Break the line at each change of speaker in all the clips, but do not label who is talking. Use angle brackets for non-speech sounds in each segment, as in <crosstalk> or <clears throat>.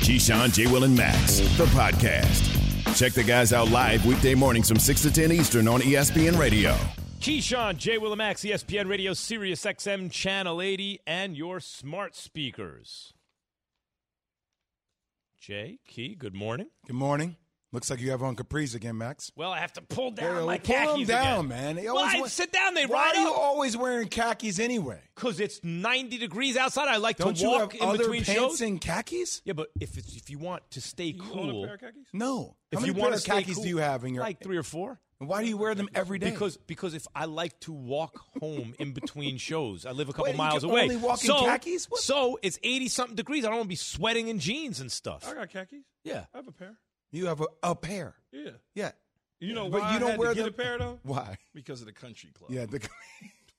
Keyshawn, J. Will, and Max, the podcast. Check the guys out live weekday mornings from 6 to 10 Eastern on E ESPN Radio.
Keyshawn, E J. Will, and Max, ESPN Radio, Sirius XM, Channel 80, and your smart speakers. Jay, Key, good morning.
Good morning. Looks like you have on capris again, Max.
Well, I have to pull down
Hey,
my
pull 'em
khakis
down,
again.
man. They
Why?
always wa-
Sit down. They
Why
ride
are you
up.
always wearing khakis anyway?
Because it's 90 degrees outside. I like
Don't
to
you
walk
have
in
other
between
pants
shows.
and khakis?
yeah, but if it's, if you want to stay cool,
No.
if
How many
you
pair
want
of khakis do you have in your?
like three or four?
and why do you wear them every day?
Because because if I like to walk home in
<laughs>
between shows, I live a couple
Wait, you
miles
can
away.
only walk in
so,
khakis? What?
so it's eighty something degrees. I don't want to be sweating in jeans and stuff.
I got khakis.
Yeah.
I have a pair.
you have a, a pair.
Yeah.
Yeah.
You know
But
why
you
I
don't
had
wear
to get
them-
a pair though?
Why?
Because of the country club.
Yeah, the <laughs>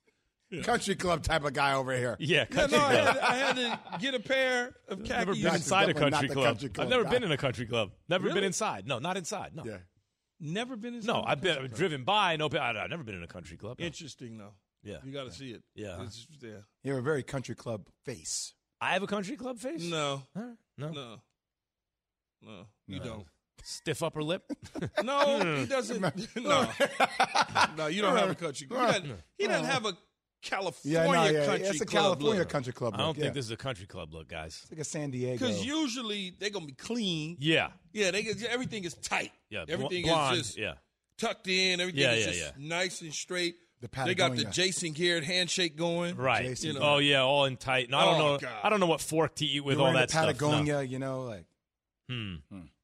country club type of guy over here.
Yeah,
Yeah,
country
no, I
club.
had, I had to get a pair of
I've never
khakis.
been inside a
definitely not
country
the
club.
country club
I've never
guy.
been in a country club. Never been
Really?
inside. No, not inside. No,
Yeah.
Never been inside.
no.
a
I've been
country
I've
club.
driven by. No, but I- I've never been in a country club. No.
Interesting though.
Yeah.
You got to see it.
Yeah.
It's, yeah.
You have a very country club face.
I have a country club face.
No.
Huh? no,
No. No. You
No.
don't.
stiff upper lip.
<laughs> <laughs> No,
<laughs>
he doesn't. <laughs> no. No, you don't have a <laughs> country club. He doesn't, he doesn't have a California
Yeah, no, yeah,
country
it's a
club.
California country club.
I don't
look, yeah.
think this is a country club look, guys.
It's like a San Diego.
Because usually they're gonna be clean.
Yeah,
Yeah, they get everything is tight.
yeah. bl-
everything
blonde.
is just
yeah.
tucked in. Everything
Yeah,
is
yeah,
just
yeah.
nice and straight.
The
they got the
Patagonia.
Jason Garrett handshake going.
Right.
Jason,
You know.
you know.
Oh yeah, all in tight. And I don't
Oh,
know.
God.
I don't know what fork to eat with
You're
all
wearing
that
the
stuff.
Patagonia,
No.
you know, like
Hmm.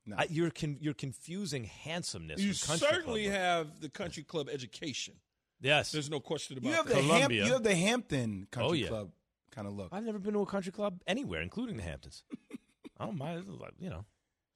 no.
I, you're con- you're confusing handsomeness.
You
with country
certainly
club.
have the country club education.
Yes.
There's no question about
you have
that.
the Ham-
Columbia.
you have the Hampton country
Oh, yeah.
club kind of look.
I've never been to a country club anywhere, including the Hamptons. I don't mind. like, You know.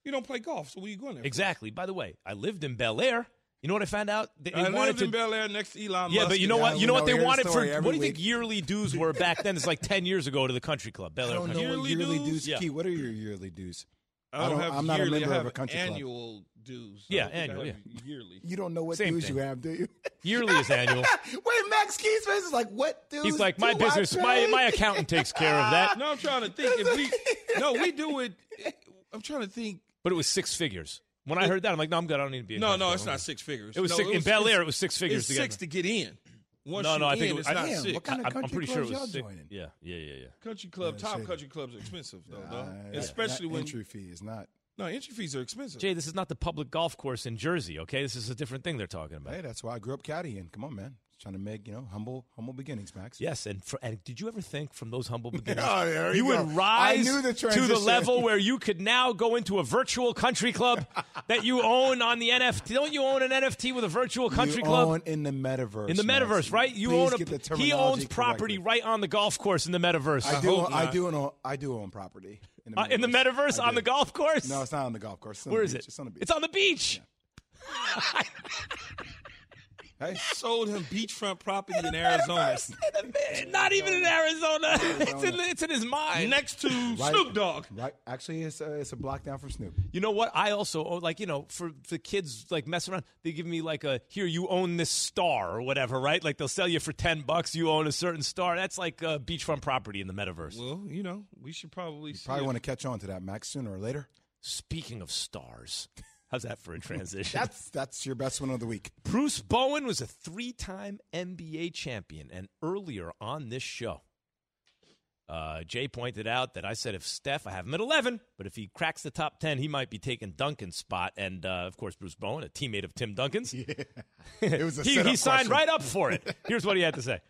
you don't play golf, so where you going there? for?
Exactly. By the way, I lived in Bel Air. You know what I found out? They, they
I
wanted
lived
to.
in Bel Air next to Elon
yeah,
Musk.
but you know
Yeah,
what?
we
You know
know.
what they
We hear the
wanted for
story
what
every
do you think
week.
yearly dues were back then? It's like ten years ago to the country club, Bel
I
Air.
don't know
Country.
what
Yearly
yearly
dues?
dues.
Yeah.
Key, what are your yearly dues?
I don't,
I don't-
have
I'm not a
yearly,
member
I
of
have
a country club.
annual dues.
Yeah,
I don't think I
annual,
have Yearly.
You don't know what
Same
dues
thing.
you have, do you?
Yearly is annual.
<laughs> Wait, Max Key's face is like, what dues?
He's like, my
do I
business, my
pay?"
my accountant takes care of
<laughs>
that.
No, I'm trying to think. If we, no, we do it. I'm trying to think.
But it was six figures. When I heard that, I'm like, no, I'm good. I don't need to be. a
No,
country
no,
club.
it's not six figures.
It was
No,
six, in Bel
it's-
Air. It was six figures.
It's
to get
six
in.
to get in. Once
no,
you
no, I
in,
think it was.
it's
I,
not
Damn,
six.
what kind of
I, am
country
pretty sure it
clubs
was. six-
y'all joining?
Yeah, yeah, yeah, yeah.
Country club,
Yeah,
top
shit.
country clubs are expensive though,
Nah,
dog.
Uh, that-
especially
that
when
entry fee is not.
no entry fees are expensive.
Jay, this is not the public golf course in Jersey. Okay, this is a different thing they're talking about.
Hey, that's why I grew up caddying. Come on, man, trying to make you know humble, humble beginnings, Max.
Yes, and, for, and did you ever think from those
<laughs>
humble beginnings
<laughs> Oh, there
you
you go.
would
I
rise
knew the
to the
transition.
level
<laughs>
where you could now go into a virtual country club that you own on the NFT? Don't you own an NFT with a virtual country
you
club?
own in the metaverse.
in the
Max.
metaverse, right? You
Please
own a,
get the
he owns
terminology
property
correctly.
right on the golf course in the metaverse.
I do.
hope
I
not.
do own. I do own property in
Uh, in the metaverse
I
on the
do.
golf course.
No, it's not on the golf course. It's on
Where
the
is
beach.
it?
It's on the beach.
It's on the beach.
<laughs> Hey,
Sold him beachfront property
<laughs>
in Arizona,
Not even in Arizona.
<laughs>
It's in, it's in his mind.
next to
right-
Snoop Dogg.
Right. Actually, it's a, it's a block down from Snoop.
You know what? I also own, like you know for the kids like messing around. They give me like a here you own this star or whatever, right? Like they'll sell you for ten bucks. You own a certain star. That's like uh, beachfront property in the metaverse.
Well, you know, we should probably see
Probably
if-
want to catch on to that, Max, sooner or later.
Speaking of stars, how's that for a transition?
That's that's your best one of the week.
Bruce Bowen was a three time NBA champion, and earlier on this show, uh, Jay pointed out that I said if Steph, I have him at 11, but if he cracks the top 10, he might be taking Duncan's spot. And uh, of course, Bruce Bowen, a teammate of Tim Duncan's, <laughs>
It was a
he,
setup
he signed
question.
right up for it. Here's what he had to say.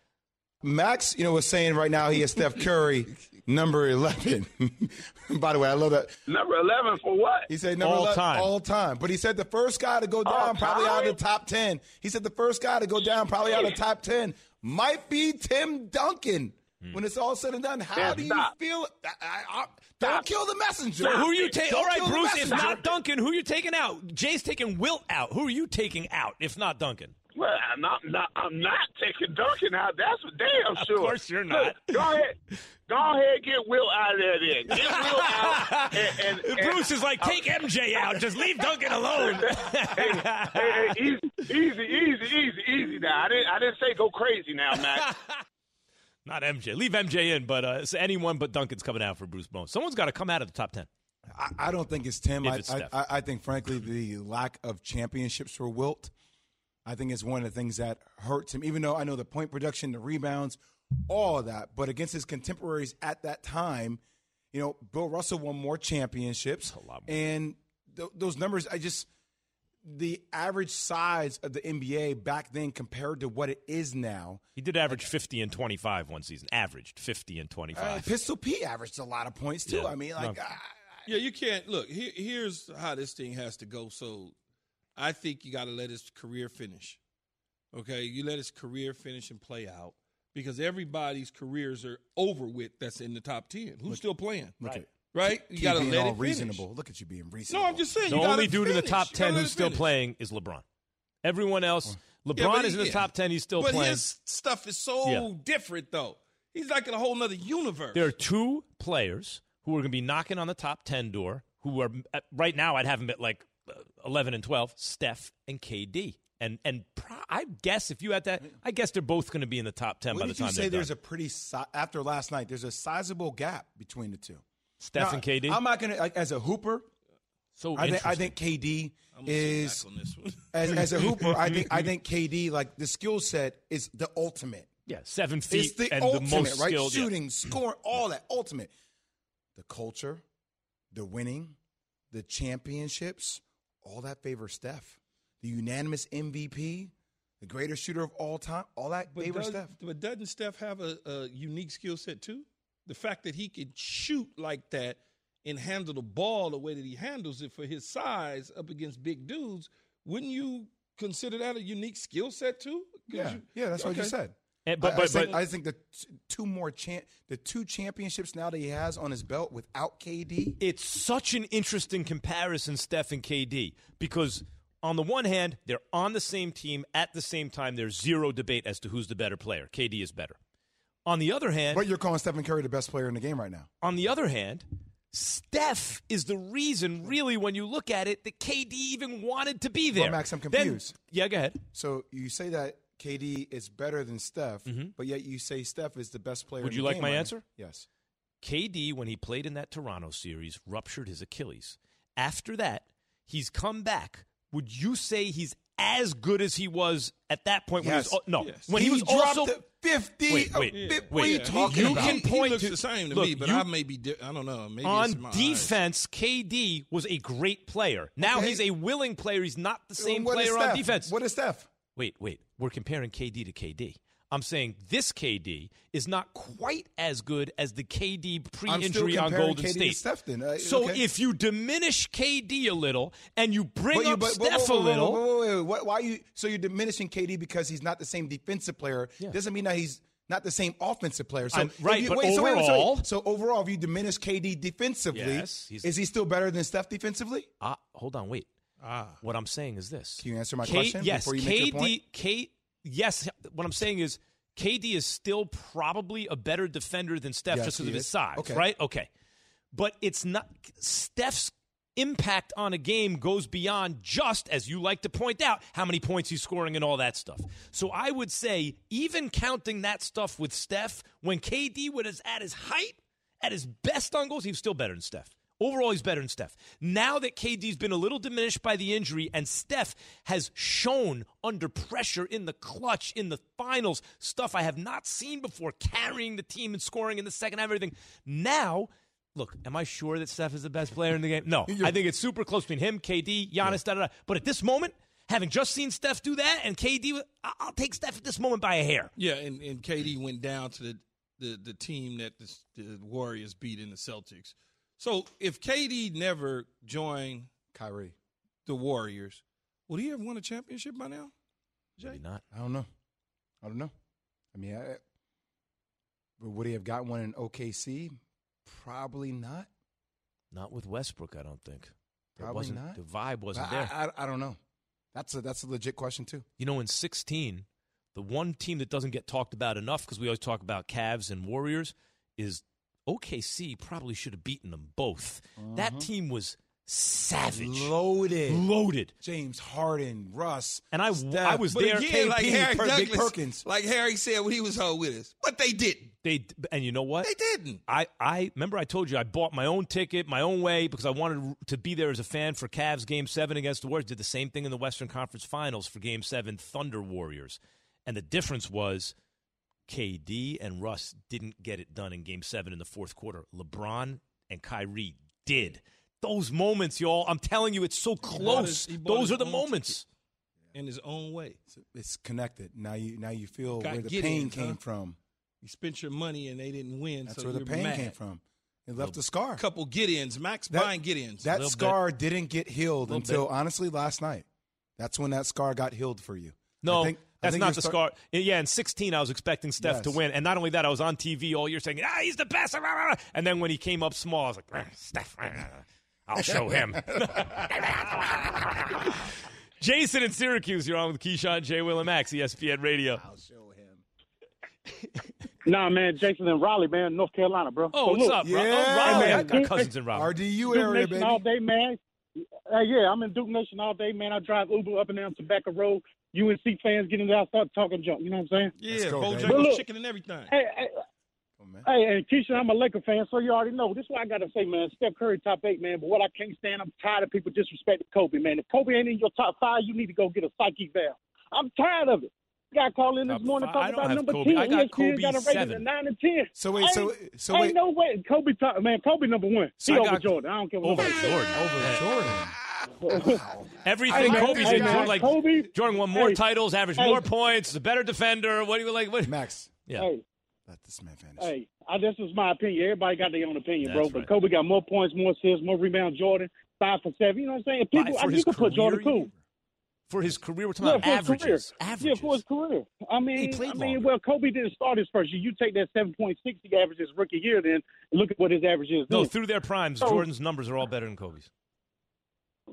Max, you know, was saying right now he is Steph Curry, number eleven. <laughs> By the way, I love that
Number 11 for what?
he said number
All
11,
time.
all time. But he said the first guy to go down, probably out of the top ten. He said the first guy to go down, probably out of the top ten, might be Tim Duncan.
Hmm.
When it's all said and done, how
Yeah,
do you
stop.
feel? I, I, I, don't kill the messenger.
So who are you taking?
Don't
All right,
kill the
Bruce. If
messenger.
not Duncan, who are you taking out? Jay's taking Wilt out. Who are you taking out? If not Duncan,
Well, I'm not, not I'm not taking Duncan out. That's for damn sure.
course you're not.
Look, go
<laughs>
ahead, go ahead, get Will out of there. Then get Will out. <laughs> And, and, and
Bruce is like, take MJ out. Just leave Duncan alone. <laughs>
hey, hey, easy, easy, easy, easy, easy. Now I didn't I didn't say go crazy now, Matt.
not MJ. Leave MJ in, but uh, it's anyone but Duncan's coming out for Bruce Bones. Someone's got to come out of the top ten.
I, I don't think it's Tim.
If
I,
it's
I,
Steph.
I, I think, frankly, the lack of championships for Wilt, I think is one of the things that hurts him, even though I know the point production, the rebounds, all of that. But against his contemporaries at that time, you know, Bill Russell won more championships.
lot more.
And th- those numbers, I just, the average size of the NBA back then compared to what it is now.
He did average 50 and 25 one season. Averaged 50 and 25.
Uh, Pistol P averaged a lot of points, too.
Yeah.
I mean, like,
No.
I-
Yeah, you can't look. Here, here's how this thing has to go. So, I think you got to let his career finish. Okay, you let his career finish and play out because everybody's careers are over with. That's in the top ten. Who's still playing?
look at
Right? You
Keep
got to
being
let it
all
finish.
reasonable. Look at you being reasonable.
No, I'm just saying.
the
you gotta
only dude in the
finish.
top
You gotta
10
let
who's
it
still
finish.
playing is LeBron. Everyone else, LeBron
Yeah, but
is in the
yeah.
top 10. He's still
but
playing.
his stuff is so
Yeah.
different, though. He's like in a whole nother universe.
There are two players who are going to be knocking on the top 10 door who are at- right now I'd have them at like uh, 11 and 12, Steph and KD. And and pro- I guess if you had that, I guess they're both going to be in the top 10 by
Wouldn't
the time
you say
they're
there's
done.
a pretty si- after last night? There's a sizable gap between the two.
Steph
Now,
and KD.
I'm not gonna like as a hooper.
so
I think I
interesting.
think KD is
on this one.
as, as a hooper. I think
<laughs>
I think KD like the skill set is the ultimate.
yeah, seven
It's
feet
the
and
ultimate,
the most
right?
skilled. yeah. <clears throat>
Shooting, scoring, all that ultimate. The culture, the winning, the championships, all that favors Steph. The unanimous MVP, the greatest shooter of all time, all that
But,
favors
does,
Steph.
but doesn't Steph have a, a unique skill set too? The fact that he can shoot like that and handle the ball the way that he handles it for his size up against big dudes, wouldn't you consider that a unique skill set too? 'Cause
Yeah,
you-
yeah, that's what you
okay.
said.
And- Eh, but-
I-
but-
I, think,
but-
I think the t- two more champ, the two championships now that he has on his belt without KD.
it's such an interesting comparison, Steph and KD, because on the one hand, they're on the same team at the same time. There's zero debate as to who's the better player. KD is better. On the other hand,
But you're calling Stephen Curry the best player in the game right now.
on the other hand, Steph is the reason, really, when you look at it, that KD even wanted to be there.
Max, I'm
Then-
confused.
yeah, go ahead.
So you say that KD is better than Steph, but yet you say Steph is the best player.
Mm-hmm. Would
in
you
the
like
game
my
right now.
answer?
Yes.
KD, when he played in that Toronto series, ruptured his Achilles. After that, he's come back. Would you say he's as good as he was at that point? When
Yes.
he was, oh, no,
Yes.
when he, was
dropped
also
to fifty.
Wait, wait,
uh,
wait.
What are you
Yeah.
talking
you
about?
Can point he looks
to-
the same to
look,
me, but
you-
I may be. Di- I don't
Oh,
know. Maybe it's in my
on
eyes.
defense. KD was a great player. Now
Okay.
he's a willing player. He's not the same
What is
player on
Steph?
defense.
What is Steph?
Wait, wait. We're comparing KD to KD. I'm saying this KD is not quite as good as the KD
I'm still
pre-injury on
comparing
Golden
KD to
State.
Steph then. Uh,
so
okay.
if you diminish KD a little and you bring
But you-
up
but- but-
Steph
whoa,
a
whoa,
little,
whoa, whoa, whoa, whoa, whoa. Why are you? So you're diminishing KD because he's not the same defensive player. Doesn't mean that he's not the same offensive player. So
I'm-
if
right,
you-
but
so wait, so,
overall-
so overall, if you diminish KD defensively,
Yes, he's-
is he still better than Steph defensively?
ah, hold on, wait. What I'm saying is this.
Ah. Can you answer my
K-
question
Yes,
before you
KD,
make your point?
K- yes, what I'm saying is KD is still probably a better defender than Steph
Yes,
just because
he
of his
is.
size,
Okay.
right? Okay. But it's not Steph's impact on a game goes beyond just as you like to point out how many points he's scoring and all that stuff. So I would say even counting that stuff with Steph when KD was at his height, at his best on goals, he was still better than Steph. Overall, he's better than Steph. Now that KD's been a little diminished by the injury and Steph has shown under pressure in the clutch, in the finals, stuff I have not seen before, carrying the team and scoring in the second half, everything. Now, look, am I sure that Steph is the best player in the game? <laughs> No. I think it's super close between him, KD, Giannis, da da da. But at this moment, having just seen Steph do that and KD, I- I'll take Steph at this moment by a hair.
Yeah, and, and KD went down to the the, the team that the, the Warriors beat in the Celtics. So if KD never joined
Kyrie.
the Warriors, would he have won a championship by now?
Maybe not.
I don't know. I don't know. I mean, I, But would he have got one in OKC? Probably not.
Not with Westbrook, I don't think. There
Probably
wasn't,
not.
The vibe wasn't
I,
there.
I, I- I don't know. That's a that's a legit question too.
You know, in 16, the one team that doesn't get talked about enough because we always talk about Cavs and Warriors is OKC probably should have beaten them both.
Uh-huh.
That team was savage,
Loaded.
loaded.
James Harden, Russ,
And I-
Steph.
I was
But
there,
again, like
KP,
Harry
Per- Big
Douglas,
Perkins.
like Harry said when he was home with us, but they didn't.
They and you know what?
They didn't.
I, I remember I told you I bought my own ticket my own way because I wanted to be there as a fan for Cavs game seven against the Warriors. Did the same thing in the Western Conference Finals for game seven, Thunder Warriors. And the difference was KD and Russ didn't get it done in game seven in the fourth quarter. LeBron and Kyrie did. Those moments, y'all, I'm telling you, it's so close.
he bought
Those
his
are the
own
moments.
In his own way,
It's connected. Now you now you feel
Got
where the
get
pain
ins, huh?
came from.
you spent your money and they didn't win.
That's
so
where the
you're
pain
mad.
came from. It left a scar.
Couple get-ins, Max
That-
Buying get-ins.
That
Little bit.
scar didn't get healed
Little
until
bit.
honestly last night. That's when that scar got healed for you.
No,
I think- I
that's
think
not
you're
the
start-
scar. Yeah, in 16, I was expecting Steph to
Yes.
win. And not only that, I was on TV all year saying, ah, he's the best. rah, rah, rah." And then when he came up small, I was like, "Ah, Steph, rah, rah, rah. I'll show him. <laughs> Jason in Syracuse, you're on with Keyshawn, J. Will, and Max, E ESPN Radio.
<laughs> Nah, man, Jason and Raleigh, man, North Carolina, bro.
Oh,
So
what's
look,
up? Ro-
yeah,
oh, Raleigh.
man.
I got cousins in Raleigh.
RDU
Duke
area,
Nation
baby.
all day, man. Uh, yeah, I'm in Duke Nation all day, man. I drive Uber up and down Tobacco Road. UNC fans getting out, start talking junk. You know what I'm saying?
yeah,
go, baby.
But
Bojangles
look-
chicken and everything.
Hey, hey,
Oh, man.
hey, and Keisha, I'm a Laker fan, so you already know. This is what I gotta say, man. Steph Curry, top eight, man. But what I can't stand, I'm tired of people disrespecting Kobe, man. If Kobe ain't in your top five, you need to go get a psyche valve. I'm tired of it. Guy called in this
Top
morning
five. I
talking
don't
about
have
number
Kobe.
ten. E
I got
ESPN
Kobe
got a rating of
seven.
nine and ten.
So wait,
ain't,
so so
ain't
wait.
no way. Kobe top, man. Kobe number one.
So
he
I
over
got-
Jordan. I don't care what.
Over
nobody says.
Jordan. Yeah.
Jordan.
<laughs>
Everything
Hey, man,
Kobe's
hey,
in.
man,
Jordan, <laughs> like,
Kobe-
Jordan won more
hey,
titles, averaged
hey.
more points, is a better defender. What do you like? What?
Max,
Yeah.
Hey,
let this man finish.
hey, I, this is my opinion. Everybody got their own opinion, bro.
That's
But
right.
Kobe got more points, more assists, more rebounds. Jordan five for seven. You know what I'm saying? If
Five
People,
for
I,
his
you can put
career,
Jordan
you-
cool.
For his career, we're talking
Yeah,
about
for his career.
averages. Averages.
Yeah, for his career. I mean,
played
I mean,
longer.
well, Kobe didn't start his first year. You take that seven point six he averaged his rookie year, then look at what his average is.
No,
then.
through their primes,
So-
Jordan's numbers are all better than Kobe's.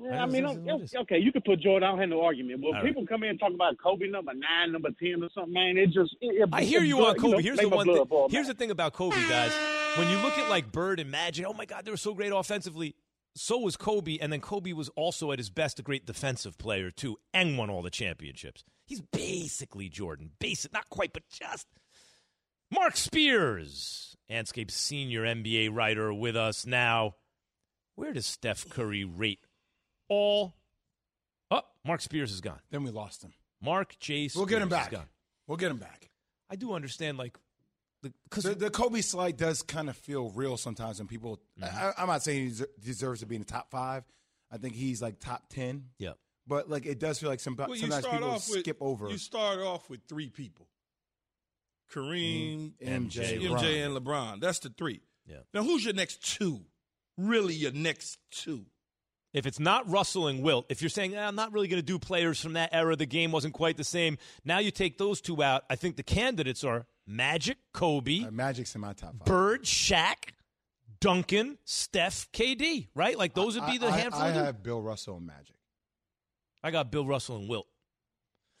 Yeah, I
That's-
mean,
that's what it is.
okay, okay, you can put Jordan. I don't have no argument. But
All right.
people come in and talk about Kobe number nine, number ten, or something, man. It just it, it,
I hear
it
you
blood-
on Kobe.
know,
here's
make
the
my
one.
blood
Thing,
boil, man.
here's the thing about Kobe, guys. When you look at like Bird and Magic, oh my God, they were so great offensively. So was Kobe, and then Kobe was also at his best a great defensive player too, and won all the championships. He's basically Jordan, basic, not quite, but just. Mark Spears, Anscape's senior NBA writer, with us now. Where does Steph Curry rate all? Oh, Mark Spears is gone.
Then we lost him.
Mark J. Spears
We'll get him
is
back.
gone.
We'll get him back.
I do understand, like, because
The, the Kobe slide does kind of feel real sometimes, and people.
Mm-hmm.
I, I'm not saying he deser- deserves to be in the top five. I think he's like top ten,
yeah,
but like it does feel like some,
Well, you
sometimes
start
people
off with,
skip over
You start off with three people: Kareem,
MJ,
MJ, and LeBron. That's the three.
Yeah.
Now, who's your next two? Really, your next two?
if it's not Russell and Wilt, if you're saying "Ah, I'm not really going to do players from that era, the game wasn't quite the same. Now you take those two out. I think the candidates are Magic, Kobe,
Uh, Magic's in my top five.
Bird, Shaq, Duncan, Steph, KD. Right? Like those would be the
I, I-
handful.
I,
of dudes.
have Bill Russell and Magic.
I got Bill Russell and Wilt.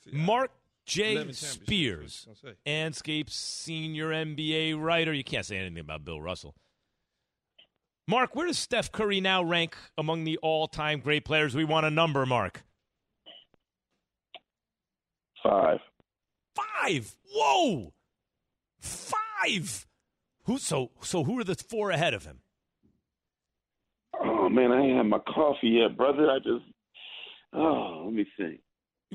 See,
Mark J.
11 championships,
Spears,
that's what I was
Anscape's senior NBA writer. You can't say anything about Bill Russell. Mark, where does Steph Curry now rank among the all time great players? We want a number, Mark.
five.
Five. Whoa. Five. Who so so who are the four ahead of him?
Oh man, I ain't had my coffee yet, brother. I just oh, let me think.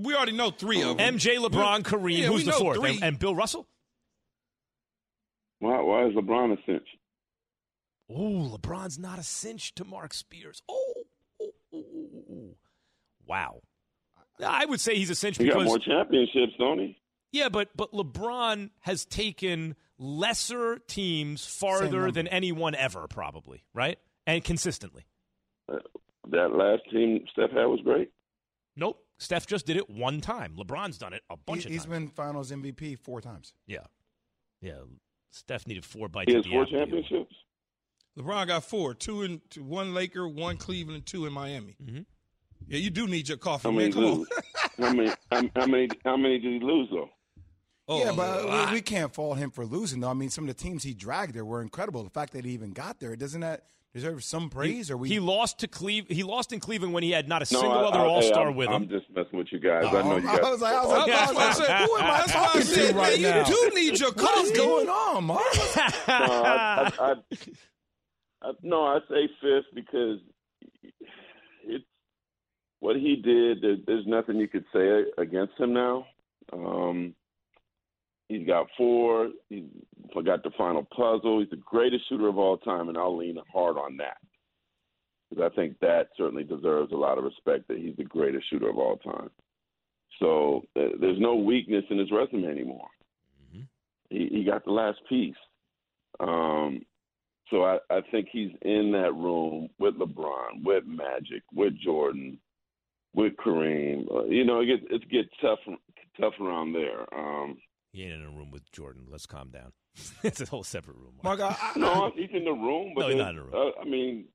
We already know three of them.
MJ, LeBron, Kareem.
yeah, we
Who's the
know
fourth?
three.
And, and Bill Russell?
Why why is LeBron a cinch?
Oh, LeBron's not a cinch to Mark Spears. Oh, oh, oh, oh, oh. wow. I would say he's a cinch
He got more
because
championships, don't he?
yeah, but but LeBron has taken lesser teams farther
number.
than anyone ever, probably right and consistently.
Uh, That last team Steph had was great.
Nope, Steph just did it one time. LeBron's done it a bunch
he,
of
has
times.
been Finals MVP four times.
yeah, yeah. Steph needed four bites.
He
at
has
the
four
apple to get one.
championships.
LeBron got four, two in two, one Laker, one Cleveland, two in Miami.
Mhm.
Yeah, you do need your coffee,
How
man.
many
Come on.
lose? how many? How, how many? How many did he lose though?
Oh,
yeah,
a
but uh,
lot.
we, we can't fault him for losing, though. I mean, some of the teams he dragged there were incredible. The fact that he even got there, doesn't that deserve some praise? or we
He lost to Cleve. He lost in Cleveland when he had not a
No,
single
I,
other
I, hey,
All Star
I'm-
with
I'm
him.
just messing with you guys. I know you
Oh, I was
guys.
like, I was like,
Oh, That's why I said, who am I? That's why
<laughs>
I said,
Right
man,
now.
you do need your
<laughs> what is
coffee.
going on, Mark?
No, I, I, I, I, no, I say fifth because it's what he did. There, there's nothing you could say against him now. Um, he's got four. He got the final puzzle. He's the greatest shooter of all time, and I'll lean hard on that because I think that certainly deserves a lot of respect that he's the greatest shooter of all time. So th- there's no weakness in his resume anymore. He, he got the last piece. Um, so I, I think he's in that room with LeBron, with Magic, with Jordan, with Kareem. Uh, you know, it gets it gets tough tough around there. Um,
He ain't in a room with Jordan. Let's calm down. <laughs> it's a whole separate room. Mark.
Mark, I, I,
no, he's in the room, but
No, he's
there's-
not in the room.
Uh, I mean,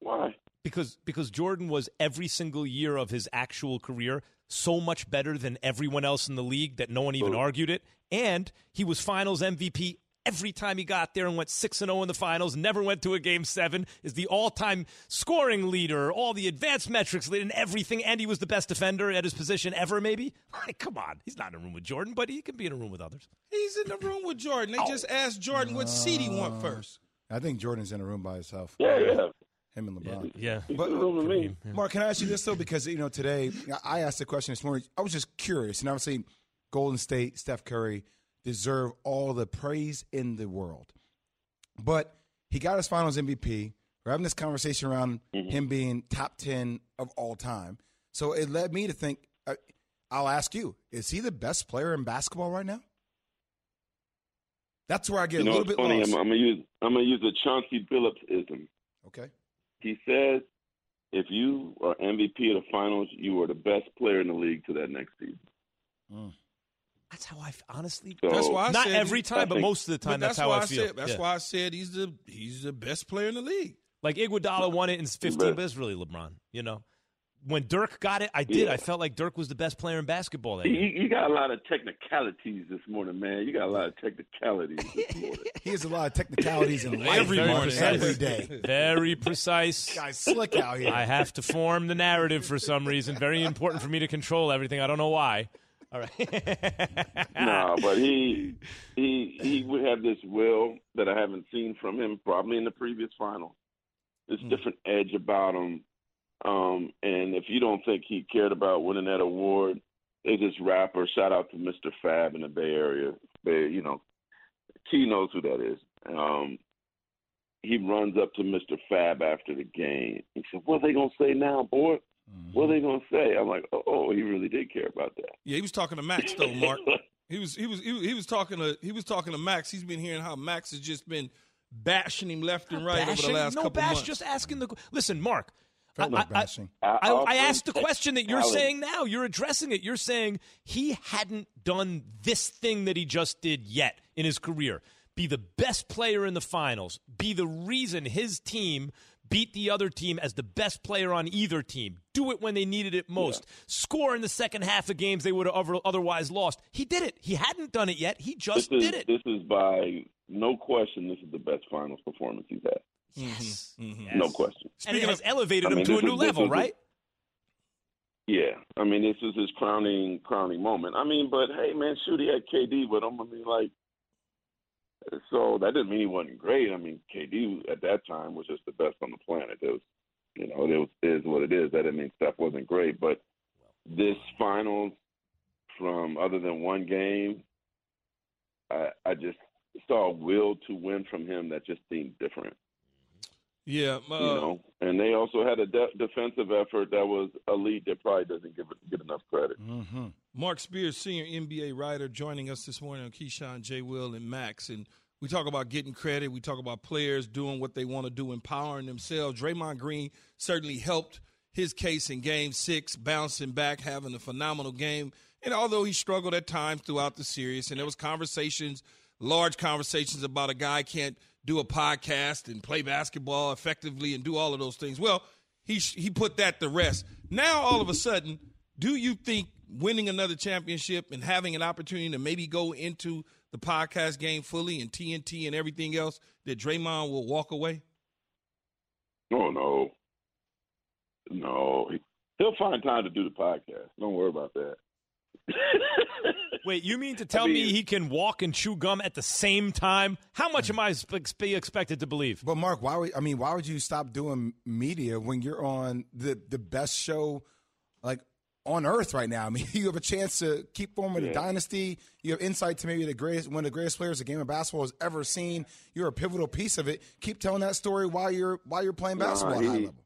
why?
Because because Jordan was every single year of his actual career so much better than everyone else in the league that no one even
Oh.
Boom.
argued it, and he was Finals MVP every time he got there and went six and zero in the finals. Never went to a game seven. Is the all time scoring leader, all the advanced metrics lead, and everything. And he was the best defender at his position ever. Maybe <laughs> like come on, he's not in a room with Jordan, but he can be in a room with others.
He's in the room with Jordan. They just
Oh.
asked Jordan what seed he want first.
Uh, I think Jordan's in a room by himself.
Yeah, yeah,
Him and LeBron.
Yeah.
he's in the room with me.
Mark, can I ask you this though? Because you know, today I I asked the question this morning. I was just curious, and obviously, Golden State, Steph Curry deserve all the praise in the world, but he got his Finals MVP. We're having this conversation around
Mm-hmm.
him being top ten of all time, so it led me to think. I, I'll ask you: Is he the best player in basketball right now? That's where I get
You
a
know,
little
it's
bit
funny.
lost.
I'm, I'm gonna use I'm gonna use a Chauncey Billups ism.
okay,
He says, if you are MVP of the finals, you are the best player in the league to that next season.
That's how I f- honestly.
So
That's why I
not
said
every time, but
think-
most of the time.
But that's,
how
why
I feel.
said that's
Yeah.
why I said he's the he's the best player in the league.
Like Iguodala won it in 15,
But-
but it's really LeBron. You know, when Dirk got it, I did.
Yeah.
I felt like Dirk was the best player in basketball that year.
You, you got a lot of technicalities this morning, man. You got a lot of technicalities this morning.
he has a lot of
<laughs>
technicalities in life
Every
Mark,
morning.
every day.
Very precise.
<laughs> Guys, slick out here.
I have to form the narrative for some reason. Very important for me to control everything. I don't know why. All right.
no, but he he he would have this will that I haven't seen from him probably in the previous final. This different edge about him, um, and if you don't think he cared about winning that award, there's this rapper. Shout out to Mr. Fab in the Bay Area. Bay, you know, T knows who that is. Um, he runs up to Mr. Fab after the game. He said, "What are they gonna say now, boy? What are they gonna say?" I'm like, "Oh, oh he really did care about that."
Yeah, he was talking to Max though, Mark. He was he was he was, he was talking to he was talking to Max. He's been hearing how Max has just been bashing him left and right over
Bashing?
the last
no
couple
bash,
months.
just asking the. Listen, Mark.
Felt
I-
like
I- I-
bashing.
I
I, I
often
asked the
take
question that you're
challenge.
saying now. You're addressing it. You're saying he hadn't done this thing that he just did yet in his career. Be the best player in the finals. Be the reason his team beat the other team as the best player on either team. Do it when they needed it most. Score in the second half of games they would have other- otherwise lost. He did it. He hadn't done it yet. He just
this is,
did it.
This is by no question. This is the best finals performance he's had.
yes.
No
Yes.
question.
And it
Speaking
has
of-
Mm-hmm. elevated
I
him
mean,
to a
this
new
is- this
level,
is-
right?
Yeah, I mean, this is his crowning crowning moment. I mean, but hey, man, shoot, he had KD with him. I mean, like, so that didn't mean he wasn't great. I mean, KD at that time was just the best on the planet. It was, you know, it Oh, was, is what it is. That didn't mean Steph wasn't great, but this finals from other than one game, I I just saw a will to win from him that just seemed different.
yeah, uh,
you know, and they also had a de- defensive effort that was elite that probably doesn't give it, get enough credit.
Mm-hmm.
Mark Spears, senior NBA writer, joining us this morning on Keyshawn, J. Will, and Max. And we talk about getting credit. We talk about players doing what they want to do, empowering themselves. Draymond Green certainly helped his case in game six, bouncing back, having a phenomenal game. And although he struggled at times throughout the series, and there was conversations large conversations about a guy can't do a podcast and play basketball effectively and do all of those things. Well, he sh- he put that to rest. Now all of a sudden, do you think winning another championship and having an opportunity to maybe go into the podcast game fully and TNT and everything else that Draymond will walk away?
Oh no, no, he'll find time to do the podcast. Don't worry about that.
Wait, you mean to tell
mean-
me he can walk and chew gum at the same time? How much am I sp- be expected to believe?
But Mark, why would I mean? Why would you stop doing media when you're on the the best show, like on earth right now? <laughs> I mean, you have a chance to keep forming a dynasty. You have insight to maybe the greatest, one of the greatest players the game of basketball has ever seen. You're a pivotal piece of it. Keep telling that story while you're while you're playing
Nah,
basketball at a high
he-
level.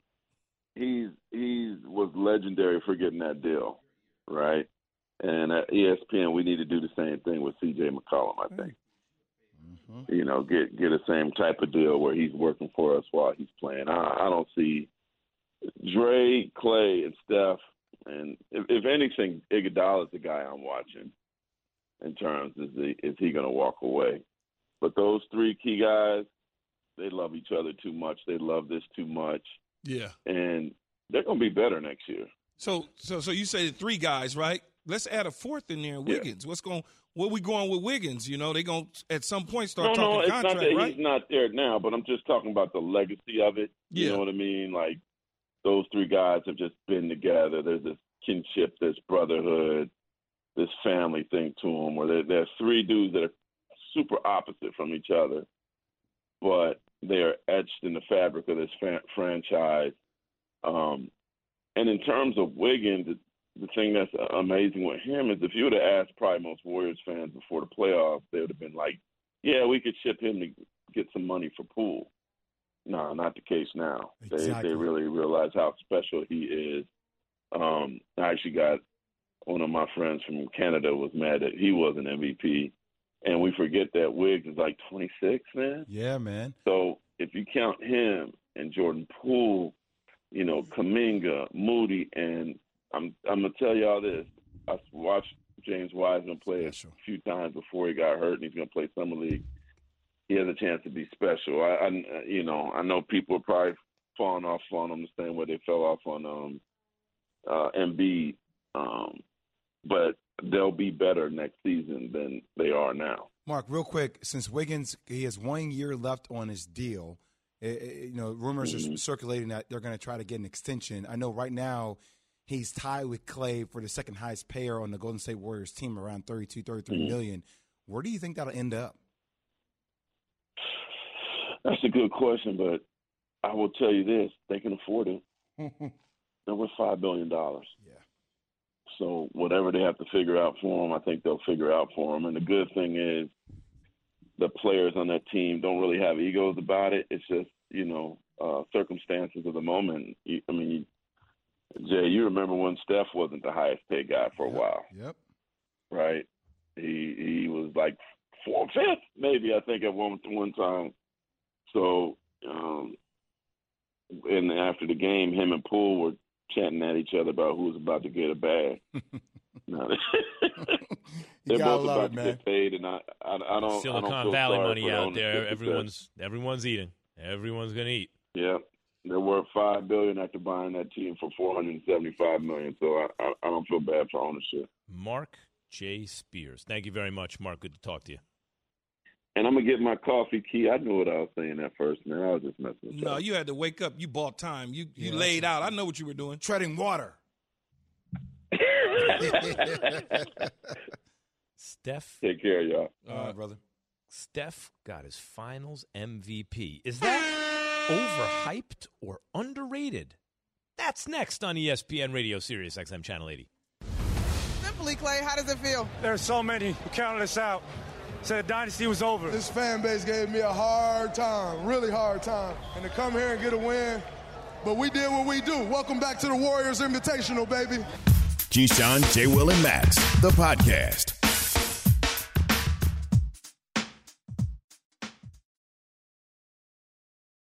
he's he was legendary for getting that deal, right? And at E ESPN, we need to do the same thing with CJ McCollum. I think,
Mm-hmm.
you know, get get the same type of deal where he's working for us while he's playing. I, I don't see Dre, Clay, and Steph, and if, if anything, Iguodala is the guy I'm watching. In terms, is he is he going to walk away? But those three key guys, they love each other too much. They love this too much
Yeah.
and they're going to be better next year.
So so so you say the three guys, right? Let's add a fourth in there, Wiggins. What's going? Where we going with Wiggins? You know, they going to at some point start
no, no,
talking
it's
contract,
not that
right?
he's not there now, but I'm just talking about the legacy of it.
Yeah.
You know what I mean? Like those three guys have just been together. There's this kinship, this brotherhood, this family thing to them. Where there there are three dudes that are super opposite from each other, but they are etched in the fabric of this fran- franchise. Um, and in terms of Wiggins, the, the thing that's amazing with him is if you would have asked probably most Warriors fans before the playoffs, they would have been like, "Yeah, we could ship him to get some money for Poole." No, not the case now. They
Exactly.
they really realize how special he is. Um, I actually got one of my friends from Canada was mad that he wasn't MVP, and we forget that Wiggs is like 26, man.
Yeah, man.
So if you count him and Jordan Poole, you know, Kaminga, Moody, and I'm I'm gonna tell y'all this. I watched James Wiseman play a
Special.
few times before he got hurt, and he's gonna play summer league. He has a chance to be special. I, I you know, I know people are probably falling off on him the same way they fell off on um uh Embiid, um, but they'll be better next season than they are now.
Mark, real quick, since Wiggins he has one year left on his deal, eh, eh, you know rumors are circulating that they're going to try to get an extension. I know right now he's tied with Clay for the second highest payer on the Golden State Warriors team, around 32, 33 million. Where do you think that'll end up?
That's a good question, but I will tell you this: they can afford it. They're worth five billion dollars.
Yeah.
So whatever they have to figure out for them, I think they'll figure out for them. And the good thing is, the players on that team don't really have egos about it. It's just you know uh, circumstances of the moment. You- I mean, Jay, you remember when Steph wasn't the highest paid guy for a while,
Yep.
right? He he was like fourth, fifth, maybe I think at one one time. So, um, and after the game, him and Poole were chanting at each other about who was about to get
<laughs>
a bag. <laughs> No,
You
they're
gotta
both
love
about
it,
to
man.
get paid, and I, I, I don't. I don't
Silicon
feel
Valley
sorry
money
for the
out
owners
there.
because
Everyone's everyone's eating. Everyone's gonna eat.
That, yeah, they're worth five billion after buying that team for four hundred and seventy-five million. So I, I, I don't feel bad for ownership.
Mark J. Spears. Thank you very much, Mark. Good to talk to you.
And I'm gonna get my coffee key. I knew what I was saying at first, man. I was just messing with
No,
y'all.
you had to wake up. You bought time. You you
Yeah.
laid out. I know what you were doing.
Treading water.
Steph
Take care, y'all.
All right, brother.
Steph got his finals MVP. Is that overhyped or underrated? That's next on E ESPN Radio Sirius XM Channel 80.
Simply, Clay, how does it feel?
There's so many who counted us out. Said the dynasty was over.
This fan base gave me a hard time, really hard time. And to come here and get a win, but we did what we do. Welcome back to the Warriors Invitational, baby.
Keyshawn, J. Will, and Max, the podcast.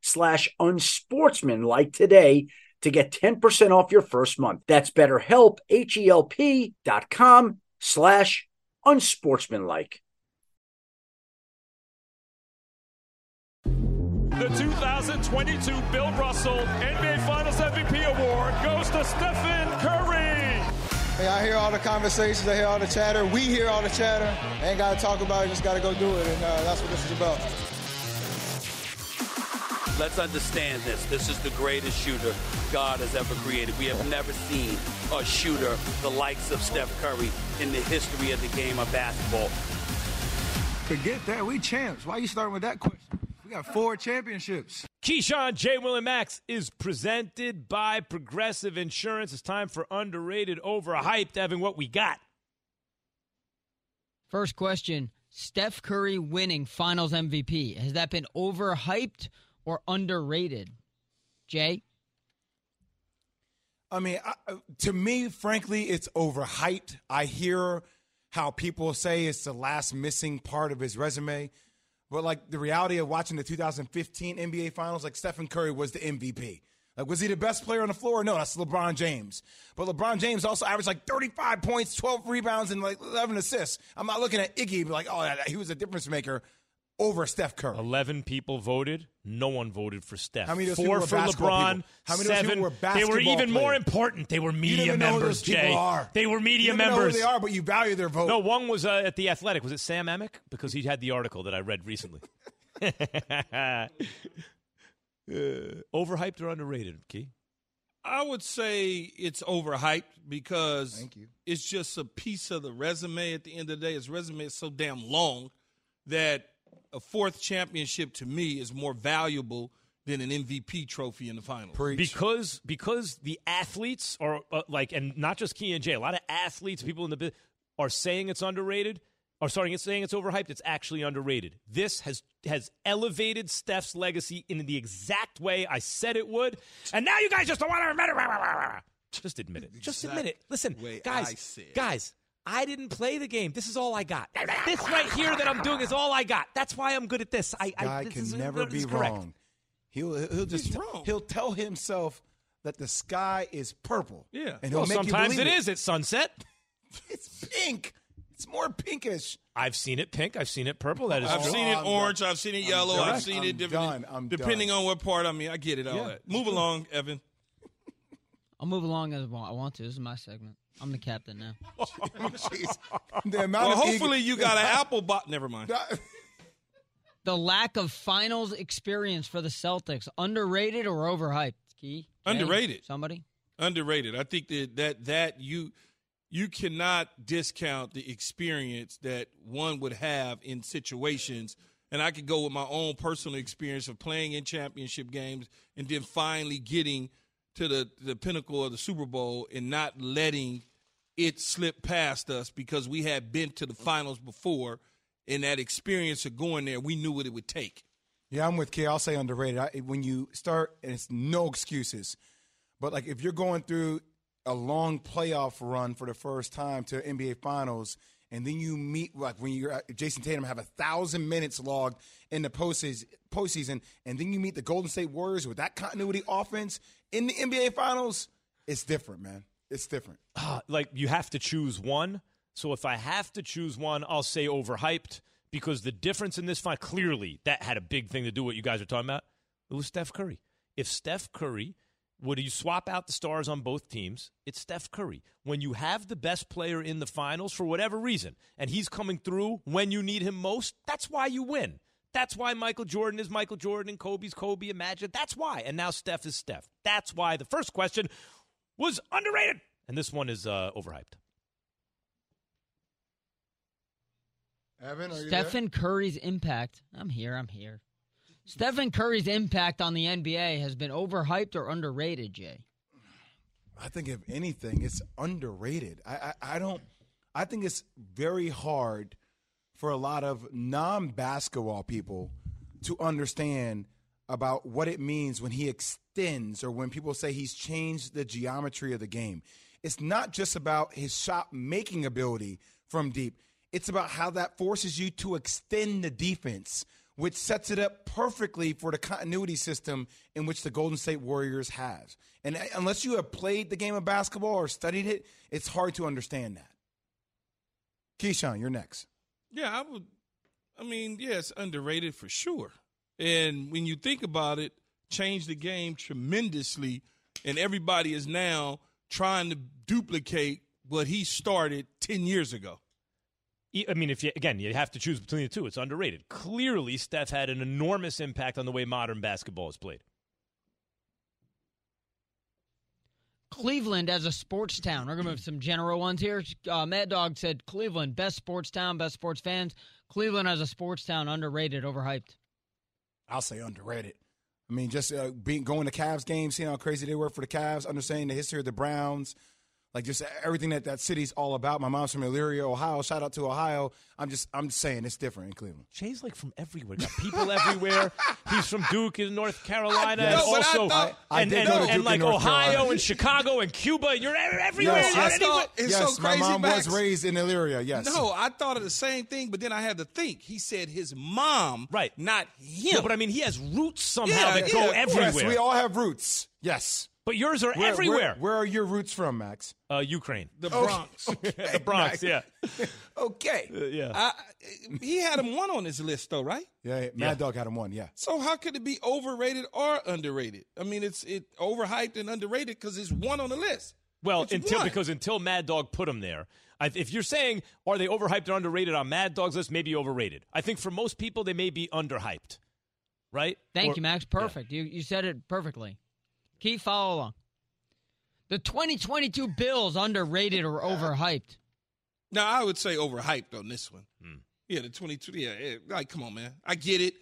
slash unsportsmanlike today to get 10% off your first month. That's betterhelp, H-E-L-P dot com slash unsportsmanlike.
The 2022 Bill Russell NBA Finals MVP award goes to Stephen Curry.
Hey, I hear all the conversations, I hear all the chatter. We hear all the chatter. I ain't got to talk about it, just got to go do it. And uh, that's what this is about.
Let's understand this. This is the greatest shooter God has ever created. We have never seen a shooter the likes of Steph Curry in the history of the game of basketball.
To get that, we champs. Why you starting with that question? We got four championships.
Keyshawn J. Will and Max is presented by Progressive Insurance. It's time for underrated, overhyped, having what we got.
First question Steph Curry winning finals MVP. Has that been overhyped or underrated? Jay?
I mean, I, uh, to me, frankly, it's overhyped. I hear how people say it's the last missing part of his resume. But like the reality of watching the 2015 NBA Finals, like Stephen Curry was the MVP. Like, was he the best player on the floor? No, that's LeBron James. But LeBron James also averaged like 35 points, 12 rebounds, and like 11 assists. I'm not looking at Iggy, but like, oh, he was a difference maker over Steph Curry.
11 people voted. No one voted for Steph.
How many of those
Four
people were
for
basketball
LeBron.
people? How many of those
seven.
people were
they
basketball
were even more
players?
important. They were media
you don't even
members,
know who those
Jay.
People are.
They were media
you don't even
members.
Know who they are, but you value their vote.
No, one was uh, at the Athletic. Was it Sam Emick? Because he had the article that I read
<laughs>
recently. <laughs> Uh, overhyped or underrated, Key?
I would say it's overhyped because it's just a piece of the resume at the end of the day. His resume is so damn long that a fourth championship to me is more valuable than an MVP trophy in the finals.
Because because the athletes are uh, like, and not just Key and Jay. A lot of athletes, people in the business, are saying it's underrated. Are starting it's saying it's overhyped. It's actually underrated. This has has elevated Steph's legacy in the exact way I said it would, and now you guys just don't want to admit it. Just admit it. Just admit it. Listen, guys,
I said.
guys. I didn't play the game. This is all I got. This right here that I'm doing is all I got. That's why I'm good at this. I, I
guy
this
can
is-
never
this
be
is correct.
wrong. He'll he'll just he'll tell himself that the sky is purple.
Yeah.
and he'll
Well,
make
sometimes
you
it
believe
is at sunset.
It's pink. It's more pinkish.
I've seen it pink. I've seen it purple. That is
I've
true.
seen it orange. I've seen it
I'm
yellow.
done.
I've seen
I'm
it different.
done. I'm
depending
done.
on what part I mean. I get it. All
Yeah.
that. Move along,
<laughs>
Evan.
I'll move along as I want I want to. This is my segment. I'm the captain now.
<laughs> The amount
Well,
of
hopefully
ego-
you got an apple bot. Never mind.
<laughs>
The lack of finals experience for the Celtics, underrated or overhyped? Key Jay?
Underrated.
Somebody.
underrated. I think that that that you you cannot discount the experience that one would have in situations. And I could go with my own personal experience of playing in championship games and then finally getting to the the pinnacle of the Super Bowl and not letting it slipped past us because we had been to the finals before, and that experience of going there, we knew what it would take.
Yeah, I'm with K. I'll say underrated. I, when you start, and it's no excuses, but like if you're going through a long playoff run for the first time to NBA Finals, and then you meet like when you're Jason Tatum have a thousand minutes logged in the postseason, postseason, and then you meet the Golden State Warriors with that continuity offense in the NBA Finals. It's different, man. It's different.
Ah, like you have to choose one. So if I have to choose one, I'll say overhyped because the difference in this fight clearly that had a big thing to do with what you guys are talking about. It was Steph Curry. If Steph Curry would you swap out the stars on both teams? It's Steph Curry. When you have the best player in the finals for whatever reason, and he's coming through when you need him most, that's why you win. That's why Michael Jordan is Michael Jordan and Kobe's Kobe. Imagine that's why. And now Steph is Steph. That's why the first question was underrated, and this one is uh, overhyped.
Evan, are you there?
Stephen Curry's impact. I'm here. I'm here. Stephen Curry's impact on the NBA has been overhyped or underrated, Jay.
I think if anything, it's underrated. I, I, I don't. I think it's very hard for a lot of non-basketball people to understand about what it means when he extends or when people say he's changed the geometry of the game. It's not just about his shot making ability from deep. It's about how that forces you to extend the defense which sets it up perfectly for the continuity system in which the Golden State Warriors has. And unless you have played the game of basketball or studied it, it's hard to understand that. Keyshawn, you're next.
Yeah, I would. I mean, yeah, it's underrated for sure. And when you think about it, changed the game tremendously, and everybody is now trying to duplicate what he started ten years ago.
E, I mean, if you again, you have to choose between the two. It's underrated. Clearly, Steph had an enormous impact on the way modern basketball is played.
Cleveland as a sports town. We're gonna move some general ones here. Uh, Mad Dog said Cleveland best sports town, best sports fans. Cleveland as a sports town underrated, overhyped.
I'll say underrated. I mean, just uh, being going to Cavs games, seeing how crazy they were for the Cavs, understanding the history of the Browns like just everything that that city's all about. My mom's from Elyria, Ohio. Shout out to Ohio. I'm just I'm just saying it's different in Cleveland.
Jay's like from
<laughs>
everywhere. Got people everywhere. He's from Duke in North Carolina,
I-
and
no, but I
also
thought- I- I
and,
did
and,
go to Duke
and
in
like
North
Ohio
Carolina.
and Chicago and Cuba. and You're ev- everywhere.
Yes,
You're
yes.
anywhere.
It's
yes,
so
my
crazy,
mom
Max.
was raised in Elyria. Yes.
No, I thought of the same thing, but then I had to think. He said his mom, right? Not him.
No, but I mean, he has roots somehow
Yeah,
that
yeah,
go
of course.
everywhere.
Yes, we all have roots. Yes.
But yours are
Where-
everywhere.
Where, where are your roots from, Max?
uh, Ukraine,
The
Okay.
<laughs> Bronx.
<laughs> the
<laughs>
Bronx. Yeah, Uh,
okay.
yeah.
I, I- he had him one on his list, though, right?
Yeah, Mad
Yeah.
Dog had him one. Yeah.
So how could it be overrated or underrated? I mean, it's it overhyped and underrated because it's one on the list.
Well,
It's
until
one.
because until Mad Dog put him there, I, if you're saying are they overhyped or underrated on Mad Dog's list, maybe overrated. I think for most people they may be underhyped, right?
Thank
Or-
you, Max. Perfect. You you said it perfectly. Key follow along. The 2022 Bills underrated or overhyped.
Now I would say overhyped on this one. Yeah, the twenty-two. Yeah, eh, like come on, man. I get it.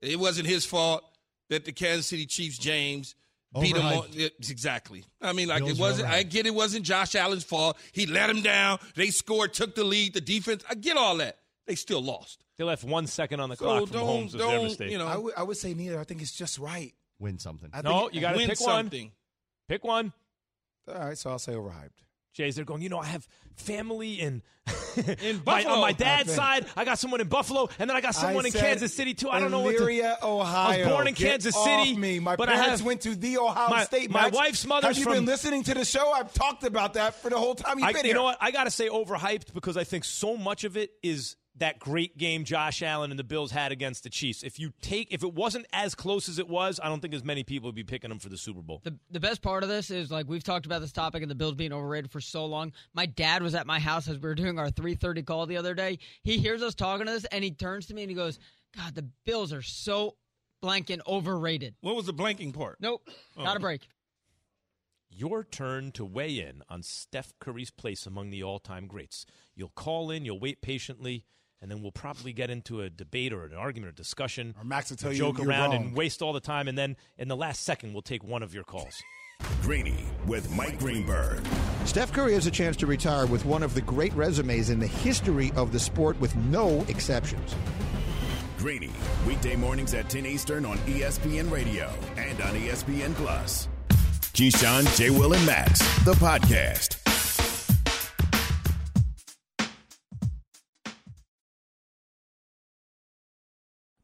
It wasn't his fault that the Kansas City Chiefs James beat him. On,
Overhyped.
yeah, exactly. I mean, like
Bills
it
were
wasn't. I
overhyped.
get it wasn't Josh Allen's fault. He let him down. They scored, took the lead. The defense. I get all that. They still lost.
They left one second on the
So
clock from
don't-
Holmes. was their
don't,
mistake.
you know,
I would- I would say neither. I think it's just right.
Win something.
I
no,
think-
you got to
Win
pick
something.
one. Pick one.
All right, so I'll say overhyped.
Jays, they're going. You know, I have family in <laughs> in
Buffalo.
on my dad's
Okay.
side, I got someone in Buffalo, and then I got someone
I
in
said
Kansas City too. I don't know what. To,
Elyria,
I
Ohio.
was born in
Get
Kansas
off
City.
Me, my
but
parents
I have,
went to the Ohio
my-
State.
my
Max.
wife's mother's
Have you
from-
been listening to the show? I've talked about that for the whole time you've
I,
been
you
here.
know what? I got to say overhyped because I think so much of it is that great game Josh Allen and the Bills had against the Chiefs. If you take, if it wasn't as close as it was, I don't think as many people would be picking them for the Super Bowl.
The, the best part of this is like we've talked about this topic and the Bills being overrated for so long. My dad was at my house as we were doing our 3:30 call the other day. He hears us talking to this and he turns to me and he goes, "God, the Bills are so blanking overrated."
What was the blanking part? Oh.
Nope, not a break.
Your turn to weigh in on Steph Curry's place among the all-time greats. You'll call in, you'll wait patiently, and then we'll probably get into a debate or an argument or discussion.
Or Max will tell you
joke
you're
around
wrong.
and waste all the time, and then in the last second, we'll take one of your calls.
Greeny with Mike Greenberg.
Steph Curry has a chance to retire with one of the great resumes in the history of the sport with no exceptions.
Greeny, weekday mornings at 10 Eastern on E ESPN Radio and on E ESPN Plus. Keyshawn, J. Will, and Max, the podcast.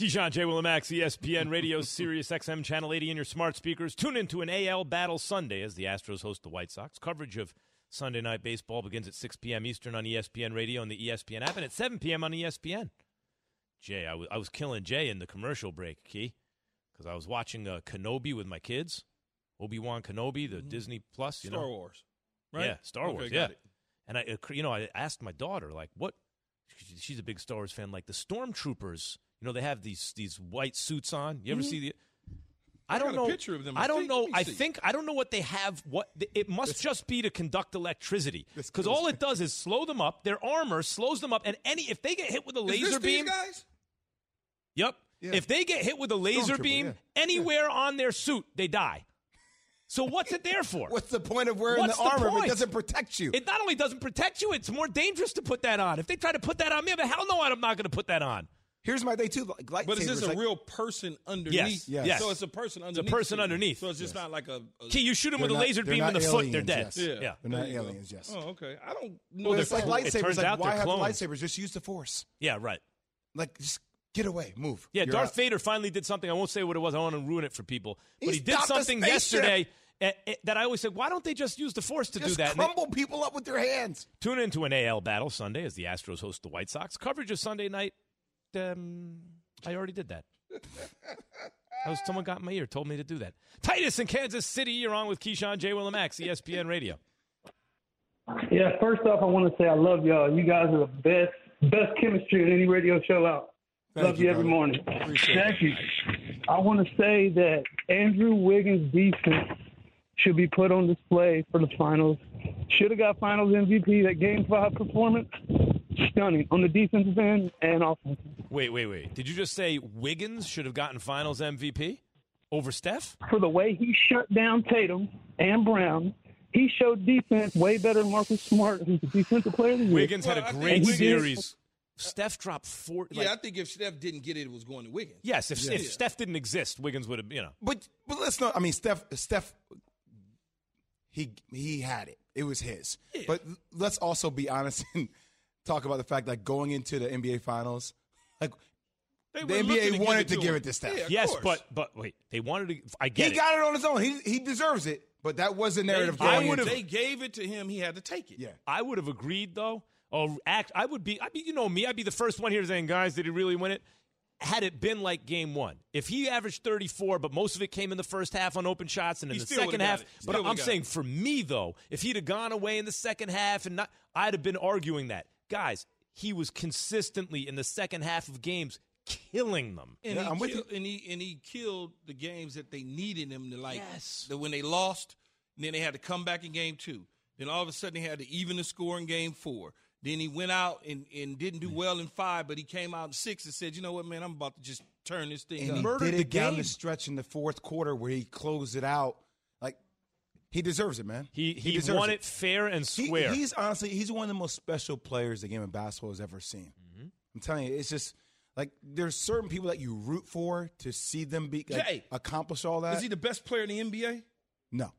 Keyshawn J. E Willimax, ESPN Radio, Sirius XM Channel 80 in your smart speakers. Tune into an AL Battle Sunday as the Astros host the White Sox. Coverage of Sunday Night Baseball begins at 6 p.m. Eastern on E ESPN Radio and the ESPN app, and at 7 p.m. on E ESPN. Jay, I was, I was killing Jay in the commercial break, Key, because I was watching uh, Kenobi with my kids. Obi Wan Kenobi, the Disney Plus, you
Mm-hmm. Star
know?
Wars, right?
Yeah, Star
Okay,
Wars.
got
Yeah,
it.
and I, uh, cr- you know, I asked my daughter, like, what? she- She's a big Star Wars fan. Like the stormtroopers, you know, they have these these white suits on. You ever
Mhm.
see the? I
I
don't
got a
know.
picture of them, I
I don't
think.
know.
Let me
I
see.
think I don't know what they have. What it must just be to conduct electricity, because all it does is slow them up. Their armor slows them up, and any if they get hit with a
Is
laser
this these
beam,
guys?
Yep. If they get hit with a laser
Stormtrooper,
beam
yeah.
anywhere on their suit, they die. So what's it there for?
<laughs> What's the point of wearing
What's
the armor if it
point?
doesn't protect you?
It not only doesn't protect you, it's more dangerous to put that on. If they try to put that on me, I'm like, hell no, I'm not going to put that on.
Here's my day too. Like,
But is this
lightsabers,
a
like-
real person underneath?
Yes, yes.
So it's a person
It's a
underneath.
person
you.
underneath.
So it's just
Yes.
not like a. a
Uh,
Key, you shoot 'em with They're a not- laser they're beam in not the foot, they're aliens, dead. yes. Yeah.
They're not
There you go.
aliens, yes.
Oh, okay. I don't know.
Well,
they're
it's like
clones.
lightsabers. Like, why
Oh.
have the lightsabers? Just use the force.
Yeah, right.
Like, just get away, move.
Yeah,
You're
Darth
out.
Vader finally did something. I won't say what it was. I want to ruin it for people. But
He
he, did
stopped a
something
spaceship.
yesterday eh, eh, that I always said, why don't they just use the Force to do
Just
that? And they-
crumble people up with their hands.
Tune in to an AL battle Sunday as the Astros host the White Sox. Coverage of Sunday night. Um, I already did
<laughs>
that. That was someone got in my ear, told me to do that. Titus in Kansas City, you're on with Keyshawn J. E Willimax, ESPN Radio.
Yeah, first off, I want to say I love y'all. You guys are the best, best chemistry in any radio show out. love you, every morning. Thank you. I want to say that Andrew Wiggins' defense should be put on display for the finals. Should have got finals MVP. That game five performance, stunning on the defensive end and offense.
Wait, wait, wait. Did you just say Wiggins should have gotten finals MVP over Steph?
For the way he shut down Tatum and Brown, he showed defense way better than Marcus Smart, who's the defensive player of the year.
Wiggins had a
And
great
he did-
series. Steph dropped four.
Yeah,
like-
I think if Steph didn't get it, it was going to Wiggins.
yes, if,
Yeah.
if Steph didn't exist, Wiggins would have, you know.
But but let's not. I mean, Steph. Steph. He he had it. It was his. But let's also be honest <laughs> and talk about the fact that going into the NBA Finals, like
They
the NBA wanted to give it to Steph.
yes, but but wait, they wanted to. I
he
get it.
got it on his own. He he deserves it. But that was the narrative.
I
going
would
into
have-
it.
They gave it to him. He had to take it. Yeah.
I would have agreed though. Or act, I would be. I mean, you know me. I'd be the first one here saying, "Guys, did he really win it?" Had it been like Game One, if he averaged 34, but most of it came in the first half on open shots and in
He
the
still
second
would've got
half.
it. He
But
still
I'm
would've got
saying
it.
for me though, if he'd have gone away in the second half and not, I'd have been arguing that, guys. He was consistently in the second half of games killing them.
And, he kill- and he and he killed the games that they needed him to like. That when they lost, and then they had to come back in game two. Then all of a sudden they had to even the score in game four. Then he went out and, and didn't do well in five, but he came out in six and said, "You know what, man? I'm about to just turn this thing
and
up."
he did it down the stretch in the fourth quarter where he closed it out. Like he deserves it, man.
He he,
deserves
won it. fair and
He-
square.
he's honestly he's one of the most special players the game of basketball has ever seen.
Mm-hmm.
I'm telling you, it's just like there's certain people that you root for to see them be like,
Jay,
accomplish all that.
Is he the best player in the NBA?
no,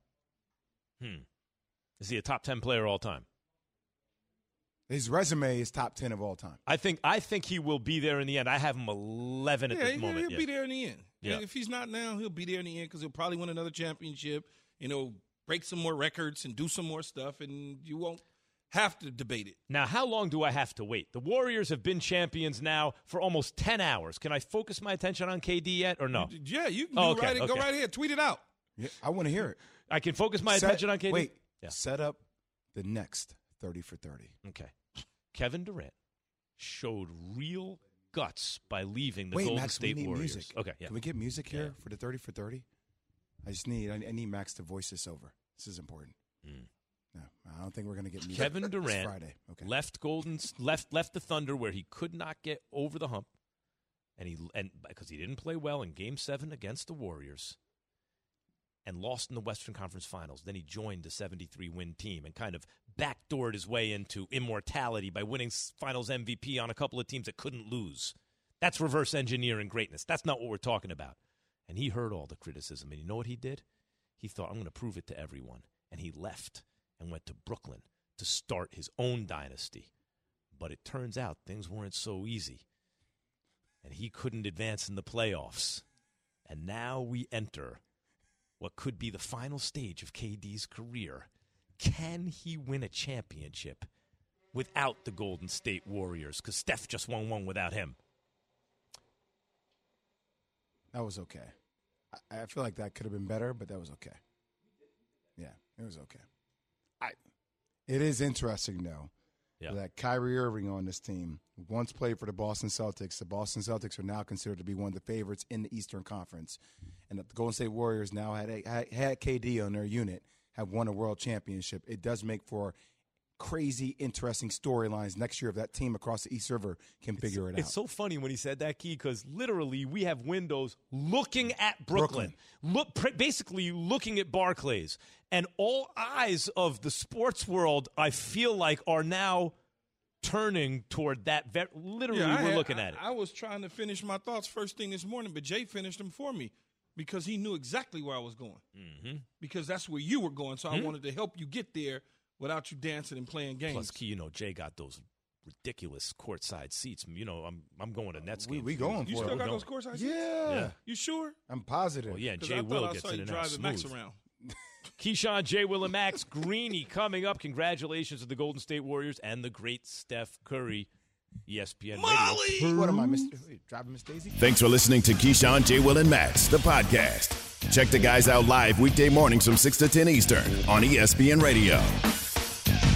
Hmm. Is he a top ten player all time?
his resume is top ten of all time.
I think I think he will be there in the end. I have him eleven at
yeah,
this
he-
moment.
he'll
yeah.
be there in the end.
Yeah.
If he's not now, he'll be there in the end because he'll probably win another championship. You know, break some more records and do some more stuff, and you won't have to debate it.
Now, how long do I have to wait? The Warriors have been champions now for almost ten hours. Can I focus my attention on KD yet, or no?
Yeah, you can do
Oh,
it
okay,
right. Go
okay.
right here. Tweet it out.
Yeah, I want to hear it.
I can focus my
Set-
attention on KD.
Wait,
Yeah.
set up the next thirty for thirty.
Okay. Kevin Durant showed real guts by leaving the
Wait,
Golden
Max,
State
we need
Warriors.
music.
Okay, yeah.
Can we get music here for the thirty for thirty? I just need I, I need Max to voice this over. This is important. No, I don't think we're gonna get music.
Hmm. Kevin
It's
Durant
Friday. Okay.
left Golden left left the Thunder where he could not get over the hump, and he and because he didn't play well in Game Seven against the Warriors, and lost in the Western Conference Finals. Then he joined the '73 win team and kind of backdoored his way into immortality by winning s- Finals MVP on a couple of teams that couldn't lose. That's reverse engineering greatness. That's not what we're talking about. And he heard all the criticism, and you know what he did? He thought, I'm going to prove it to everyone. And he left and went to Brooklyn to start his own dynasty. But it turns out things weren't so easy. And he couldn't advance in the playoffs. And now we enter what could be the final stage of KD's career. Can he win a championship without the Golden State Warriors? Because Steph just won one without him.
That was okay. I, I feel like that could have been better, but that was okay. Yeah, it was okay. I. It is interesting though that Kyrie Irving on this team once played for the Boston Celtics. The Boston Celtics are now considered to be one of the favorites in the Eastern Conference, and that the Golden State Warriors now had a, had- had KD on their unit have won a world championship. It does make for crazy, interesting storylines next year if that team across the East River can figure it out.
It's so funny when he said that, Key, because literally we have windows looking at Brooklyn, look pr- basically looking at Barclays, and all eyes of the sports world, I feel like, are now turning toward that. Ve- literally,
Yeah, I
we're
had-
looking
I-
at it.
I was trying to finish my thoughts first thing this morning, but Jay finished them for me because he knew exactly where I was going.
mm-hmm.
Because that's where you were going, so I
Hmm?
wanted to help you get there without you dancing and playing games.
Plus, Key, you know, Jay got those ridiculous courtside seats. You know, I'm I'm going to Nets
Uh, We-
games.
we going
you
for it.
still
We're
got
going.
those course IDs?
Yeah. Yeah.
You sure?
I'm positive.
Well, yeah, and
'Cause
Jay
I thought
Will
I
gets
saw
in
you
and out
driving Max
smooth.
around.
<laughs> Keyshawn, Jay, Will, and Max. Greeny coming up. Congratulations to the Golden State Warriors and the great Steph Curry. E ESPN Radio.
What am I, Mr. wait, Driving Miss Daisy?
Thanks for listening to Keyshawn, J. Will, and Max, the podcast. Check the guys out live weekday mornings from 6 to 10 Eastern on E ESPN Radio.